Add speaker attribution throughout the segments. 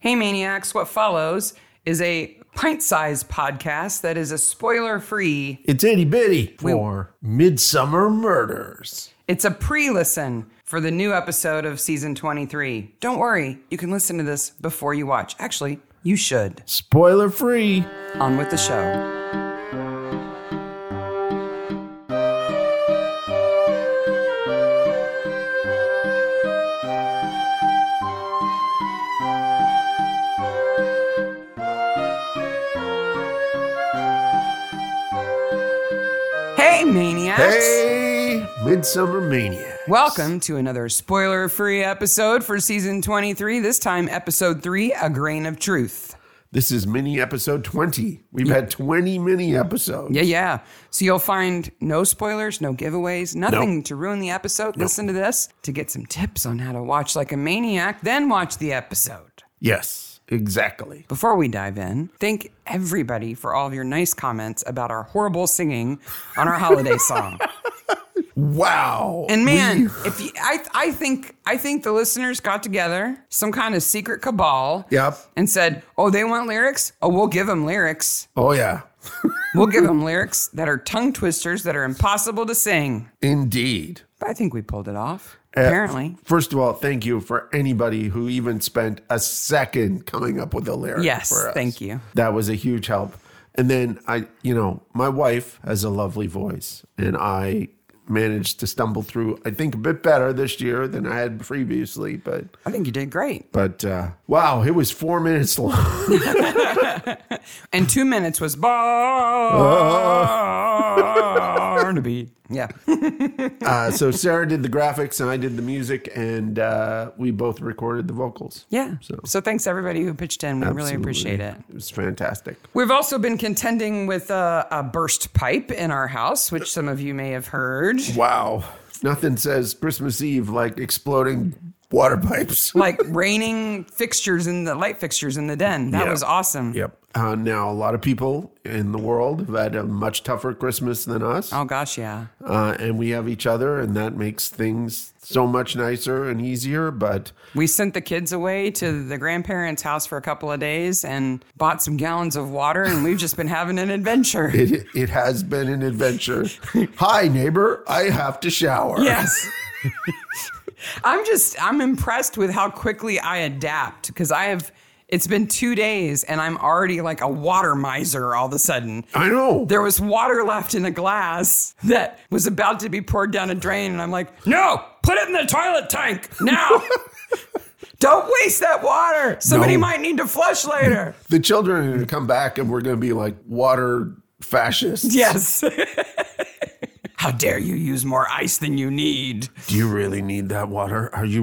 Speaker 1: Hey Maniacs, what follows is a pint sized podcast that is a spoiler free,
Speaker 2: It's itty bitty for Midsummer Murders.
Speaker 1: it's a pre listen for the new episode of season 23. Don't worry, you can listen to this before you watch. Actually, you should.
Speaker 2: Spoiler free.
Speaker 1: On with the show. Hey, maniacs!
Speaker 2: Hey, Midsummer Mania.
Speaker 1: Welcome to another spoiler free episode for season 23, this time episode 3 A Grain of Truth.
Speaker 2: This is mini episode 20. We've had 20 mini episodes.
Speaker 1: Yeah, yeah. So you'll find no spoilers, no giveaways, nothing to ruin the episode. Listen to this to get some tips on how to watch like a maniac, then watch the episode.
Speaker 2: Yes, exactly.
Speaker 1: Before we dive in, thank everybody for all of your nice comments about our horrible singing on our holiday song.
Speaker 2: Wow.
Speaker 1: And man, if you, I, I think I think the listeners got together some kind of secret cabal,
Speaker 2: Yep.
Speaker 1: and said, "Oh, they want lyrics. Oh, we'll give them lyrics.
Speaker 2: oh, yeah.
Speaker 1: We'll give them lyrics that are tongue twisters that are impossible to sing."
Speaker 2: Indeed.
Speaker 1: But I think we pulled it off.
Speaker 2: Uh,
Speaker 1: Apparently.
Speaker 2: First of all, thank you for anybody who even spent a second coming up with a lyric.
Speaker 1: Yes,
Speaker 2: for us.
Speaker 1: thank you.
Speaker 2: That was a huge help. And then I, you know, my wife has a lovely voice, and I managed to stumble through. I think a bit better this year than I had previously, but
Speaker 1: I think you did great.
Speaker 2: but uh, wow, it was four minutes long.
Speaker 1: And two minutes was Barnaby. Yeah.
Speaker 2: Uh, so Sarah did the graphics, and I did the music, and uh, we both recorded the vocals.
Speaker 1: Yeah. So,
Speaker 2: So-
Speaker 1: thanks everybody who pitched in. We really
Speaker 2: Absolutely.
Speaker 1: appreciate it.
Speaker 2: It was fantastic.
Speaker 1: We've also been contending with uh, a burst pipe in our house, which some of you may have heard.
Speaker 2: Wow. Nothing says Christmas Eve like exploding water pipes.
Speaker 1: Like raining fixtures in the light fixtures in the den. That
Speaker 2: Yeah.
Speaker 1: was awesome.
Speaker 2: Yep. Uh, now, a lot of people in the world have had a much tougher Christmas than us.
Speaker 1: Oh gosh, yeah.
Speaker 2: Uh, and we have each other, and that makes things so much nicer and easier. But
Speaker 1: We sent the kids away to the grandparents' house for a couple of days and bought some gallons of water, and we've just been having an adventure.
Speaker 2: it, it has been an adventure. Hi, neighbor. I have to shower.
Speaker 1: Yes. I'm just I'm impressed with how quickly I adapt because I have it's been two days and I'm already like a water miser all of a sudden.
Speaker 2: I know.
Speaker 1: There was water left in a glass that was about to be poured down a drain, and I'm like, no, put it in the toilet tank now. Don't waste that water. Somebody
Speaker 2: No.
Speaker 1: might need to flush later.
Speaker 2: the children are going to come back, and we're going to be like water fascists.
Speaker 1: yes. How dare you use more ice than you need?
Speaker 2: Do you really need that water? Are you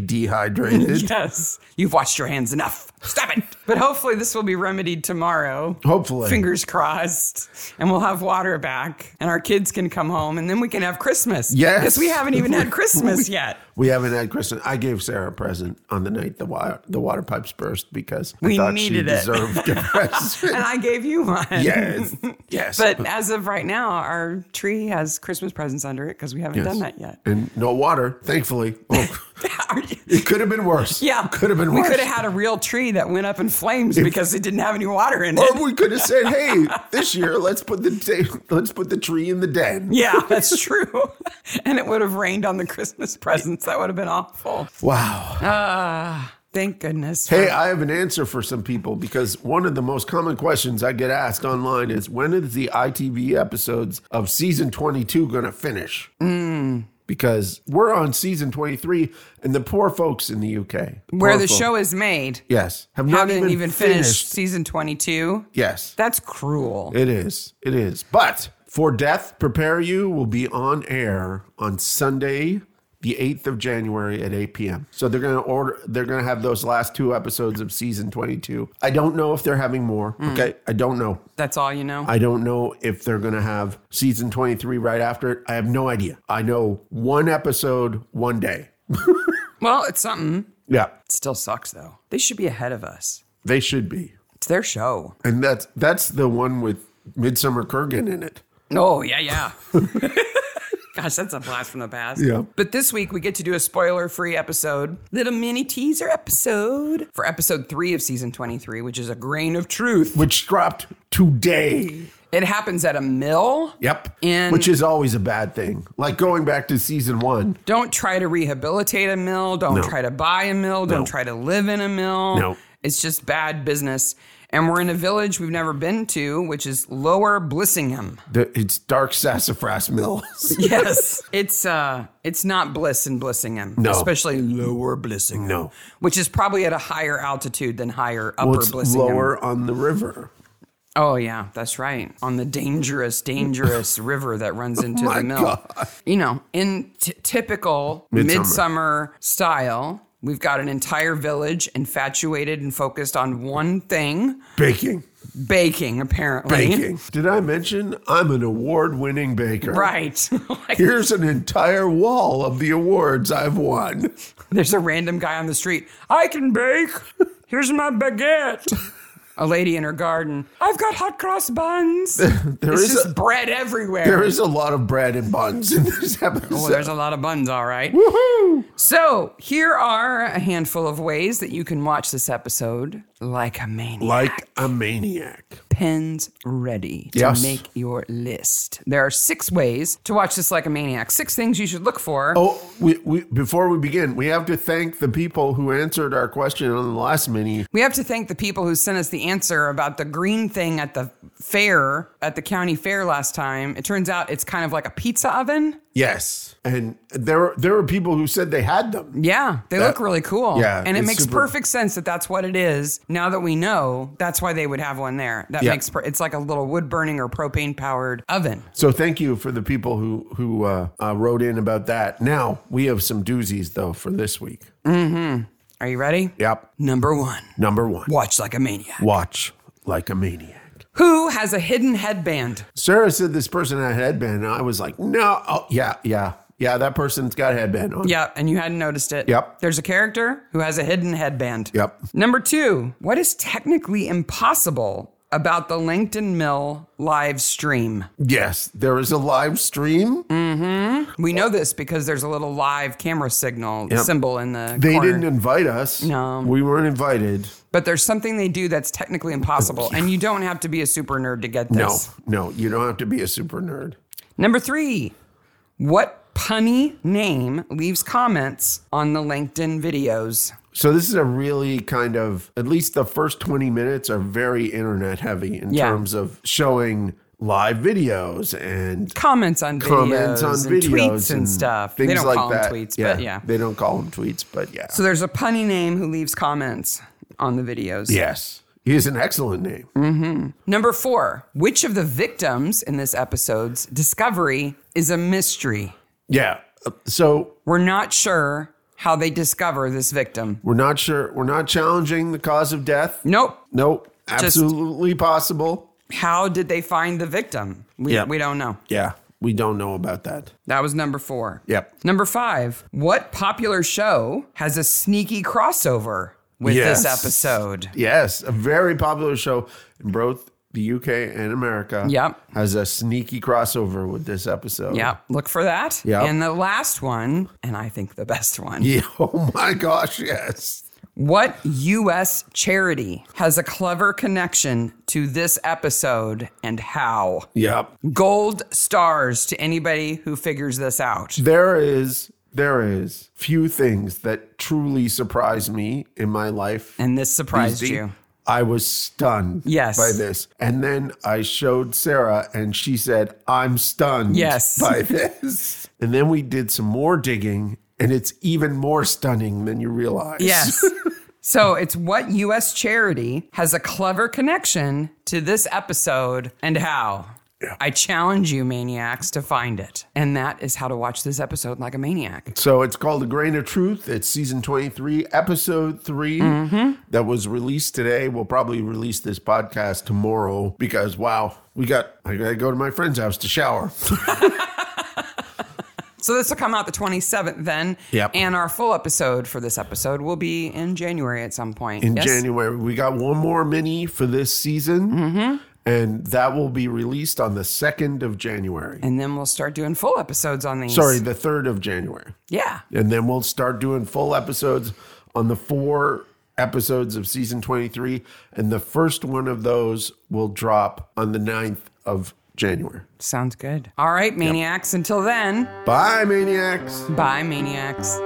Speaker 2: dehydrated?
Speaker 1: Yes. You've washed your hands enough. Stop it. But hopefully, this will be remedied tomorrow.
Speaker 2: Hopefully.
Speaker 1: Fingers crossed. And we'll have water back. And our kids can come home and then we can have Christmas.
Speaker 2: Yes.
Speaker 1: Because we haven't even had Christmas yet.
Speaker 2: We haven't had Kristen. I gave Sarah a present on the night the water the water pipes burst because
Speaker 1: We
Speaker 2: I thought she
Speaker 1: needed it.
Speaker 2: deserved a present.
Speaker 1: And I gave you one.
Speaker 2: yes, yes.
Speaker 1: But as of right now, our tree has Christmas presents under it because we haven't done that yet.
Speaker 2: and no water, thankfully. Oh,
Speaker 1: Are you-
Speaker 2: it could have been worse.
Speaker 1: yeah.
Speaker 2: could have been
Speaker 1: We
Speaker 2: worse.
Speaker 1: could have had a real tree that went up in flames because it didn't have any water in it.
Speaker 2: Or we could have said, "Hey, this year let's put the ta- let's put the tree in the den."
Speaker 1: Yeah, that's true. and it would have rained on the Christmas presents. That would have been awful.
Speaker 2: Wow.
Speaker 1: Thank goodness. for-
Speaker 2: Hey, I have an answer for some people because one of the most common questions I get asked online is when is the ITV episodes of season 22 going to finish?
Speaker 1: Hmm.
Speaker 2: Because we're on season 23 and the poor folks in the UK.
Speaker 1: Where
Speaker 2: poor
Speaker 1: the
Speaker 2: folk-
Speaker 1: show is made,
Speaker 2: Yes. Have not
Speaker 1: haven't
Speaker 2: even,
Speaker 1: even, finished,
Speaker 2: finished.
Speaker 1: season 22.
Speaker 2: Yes.
Speaker 1: That's cruel.
Speaker 2: It is. It is. But For Death Prepare You will be on air on Sunday, the 8th of January at 8 p.m. So they're going to order they're going to have those last two episodes of season 22. I don't know if they're having more. Okay? I don't know.
Speaker 1: That's all you know.
Speaker 2: I don't know if they're going to have season 23 right after it. I have no idea. I know one episode one day.
Speaker 1: well, it's something.
Speaker 2: Yeah.
Speaker 1: It still sucks though. They should be ahead of us.
Speaker 2: They should be.
Speaker 1: It's their show.
Speaker 2: And that's that's the one with Midsummer Kurgan in it.
Speaker 1: Oh, yeah, yeah. Gosh, that's a blast from the past.
Speaker 2: Yeah.
Speaker 1: But this week we get to do a spoiler-free episode, little mini teaser episode for episode three of season 23, which is a grain of truth.
Speaker 2: which dropped today.
Speaker 1: It happens at a mill.
Speaker 2: Yep.
Speaker 1: And-
Speaker 2: which is always a bad thing. Like going back to season one.
Speaker 1: Don't try to rehabilitate a mill. Don't
Speaker 2: No.
Speaker 1: try to buy a mill. Don't
Speaker 2: No.
Speaker 1: try to live in a mill.
Speaker 2: No.
Speaker 1: It's just bad business. And we're in a village we've never been to, which is Lower Blissingham.
Speaker 2: The, it's Dark Sassafras Mills.
Speaker 1: Yes. it's uh it's not Bliss in Blissingham.
Speaker 2: No.
Speaker 1: Especially Lower Blissingham.
Speaker 2: No.
Speaker 1: Which is probably at a higher altitude than higher upper
Speaker 2: Well, it's
Speaker 1: Blissingham.
Speaker 2: lower on the river.
Speaker 1: Oh yeah, that's right. On the dangerous, dangerous river that runs into
Speaker 2: Oh my
Speaker 1: the mill.
Speaker 2: God.
Speaker 1: You know, in t- typical
Speaker 2: Midsummer.
Speaker 1: midsummer style, we've got an entire village infatuated and focused on one thing:
Speaker 2: Baking.
Speaker 1: baking. Apparently,
Speaker 2: Baking. Did I mention I'm an award winning baker?
Speaker 1: Right. Like,
Speaker 2: Here's an entire wall of the awards I've won.
Speaker 1: there's a random guy on the street. I can bake. Here's my baguette. A lady in her garden. I've got hot cross buns.
Speaker 2: There
Speaker 1: it's
Speaker 2: is
Speaker 1: just
Speaker 2: a,
Speaker 1: bread everywhere.
Speaker 2: there is a lot of bread and buns in this episode.
Speaker 1: well, Oh, there's a lot of buns, all right.
Speaker 2: Woohoo!
Speaker 1: So, here are a handful of ways that you can watch this episode like a maniac.
Speaker 2: Like a maniac.
Speaker 1: Pens ready to
Speaker 2: Yes.
Speaker 1: make your list. There are six ways to watch this like a maniac. Six things you should look for.
Speaker 2: Oh, we, we, before we begin, we have to thank the people who answered our question on the last mini.
Speaker 1: We have to thank the people who sent us the answer about the green thing at the fair, at the county fair last time. It turns out it's kind of like a pizza oven.
Speaker 2: Yes, and there were there were people who said they had them.
Speaker 1: Yeah, they
Speaker 2: That-
Speaker 1: look really cool.
Speaker 2: yeah,
Speaker 1: and it
Speaker 2: it's
Speaker 1: makes
Speaker 2: super-
Speaker 1: perfect sense that that's what it is. Now that we know, that's why they would have one there. That
Speaker 2: Yeah.
Speaker 1: makes per- it's like a little wood burning or propane powered oven.
Speaker 2: So thank you for the people who who uh, uh, wrote in about that. Now we have some doozies though for this week.
Speaker 1: Are you ready?
Speaker 2: Yep,
Speaker 1: Number one,
Speaker 2: number one,
Speaker 1: watch like a maniac.
Speaker 2: watch like a maniac.
Speaker 1: Who has a hidden headband?
Speaker 2: Sarah said this person had a headband, and I was like, no, oh yeah, yeah, yeah, that person's got a headband on.
Speaker 1: Yeah, and you hadn't noticed it.
Speaker 2: Yep.
Speaker 1: There's a character who has a hidden headband.
Speaker 2: Yep.
Speaker 1: Number two, what is technically impossible about the Langton Mill live stream?
Speaker 2: Yes, there is a live stream.
Speaker 1: Mm, We know this because there's a little live camera signal symbol in the
Speaker 2: They
Speaker 1: corner.
Speaker 2: didn't invite us.
Speaker 1: No.
Speaker 2: we weren't invited.
Speaker 1: But there's something they do that's technically impossible, and you don't have to be a super nerd to get
Speaker 2: No,
Speaker 1: this.
Speaker 2: no, you don't have to be a super nerd.
Speaker 1: Number three, what punny name leaves comments on the LinkedIn videos?
Speaker 2: So this is a really kind of at least the first 20 minutes are very internet heavy in
Speaker 1: Yeah.
Speaker 2: terms of showing live videos and
Speaker 1: Comments on
Speaker 2: comments
Speaker 1: videos,
Speaker 2: on
Speaker 1: and
Speaker 2: videos
Speaker 1: tweets and, stuff.
Speaker 2: Things
Speaker 1: They don't
Speaker 2: like
Speaker 1: call
Speaker 2: that.
Speaker 1: them tweets, but yeah.
Speaker 2: They don't call them tweets, but yeah.
Speaker 1: So there's a punny name who leaves comments on the videos.
Speaker 2: yes. He is an excellent name.
Speaker 1: Number four, which of the victims in this episode's discovery is a mystery?
Speaker 2: Yeah. So
Speaker 1: We're not sure how they discover this victim.
Speaker 2: we're not sure we're not challenging the cause of death.
Speaker 1: Nope.
Speaker 2: Nope. Absolutely possible.
Speaker 1: How did they find the victim? We,
Speaker 2: Yeah.
Speaker 1: we don't know.
Speaker 2: Yeah. We don't know about that.
Speaker 1: That was number four.
Speaker 2: Yep.
Speaker 1: Number five, what popular show has a sneaky crossover with
Speaker 2: Yes.
Speaker 1: this episode?
Speaker 2: Yes, a very popular show in both the UK and America.
Speaker 1: Yep.
Speaker 2: Has a sneaky crossover with this episode.
Speaker 1: Yeah, look for that.
Speaker 2: Yeah.
Speaker 1: And the last one, and I think the best one.
Speaker 2: Yeah. Oh my gosh, yes.
Speaker 1: What U.S. charity has a clever connection to this episode and how?
Speaker 2: Yep.
Speaker 1: Gold stars to anybody who figures this out.
Speaker 2: There is there is few things that truly surprise me in my life.
Speaker 1: And this surprised
Speaker 2: These-
Speaker 1: you.
Speaker 2: I was stunned
Speaker 1: Yes.
Speaker 2: by this. And then I showed Sarah and she said, I'm stunned
Speaker 1: Yes.
Speaker 2: by this. And then we did some more digging and it's even more stunning than you realize.
Speaker 1: Yes. so it's what U.S. charity has a clever connection to this episode and how? I challenge you, maniacs, to find it. And that is how to watch this episode like a maniac.
Speaker 2: So it's called The Grain of Truth. It's season 23, episode 3 that was released today. We'll probably release this podcast tomorrow because, wow, we got, I gotta go to my friend's house to shower.
Speaker 1: So this will come out the 27th then.
Speaker 2: Yep.
Speaker 1: And our full episode for this episode will be in January at some point.
Speaker 2: In
Speaker 1: Yes?
Speaker 2: January, we got one more mini for this season. And that will be released on the 2nd of January.
Speaker 1: And then we'll start doing full episodes on these.
Speaker 2: Sorry, the 3rd of January.
Speaker 1: Yeah.
Speaker 2: And then we'll start doing full episodes on the four episodes of season 23. And the first one of those will drop on the 9th of January.
Speaker 1: Sounds good. All right, Maniacs. Until then,
Speaker 2: Bye, Maniacs.
Speaker 1: bye, Maniacs.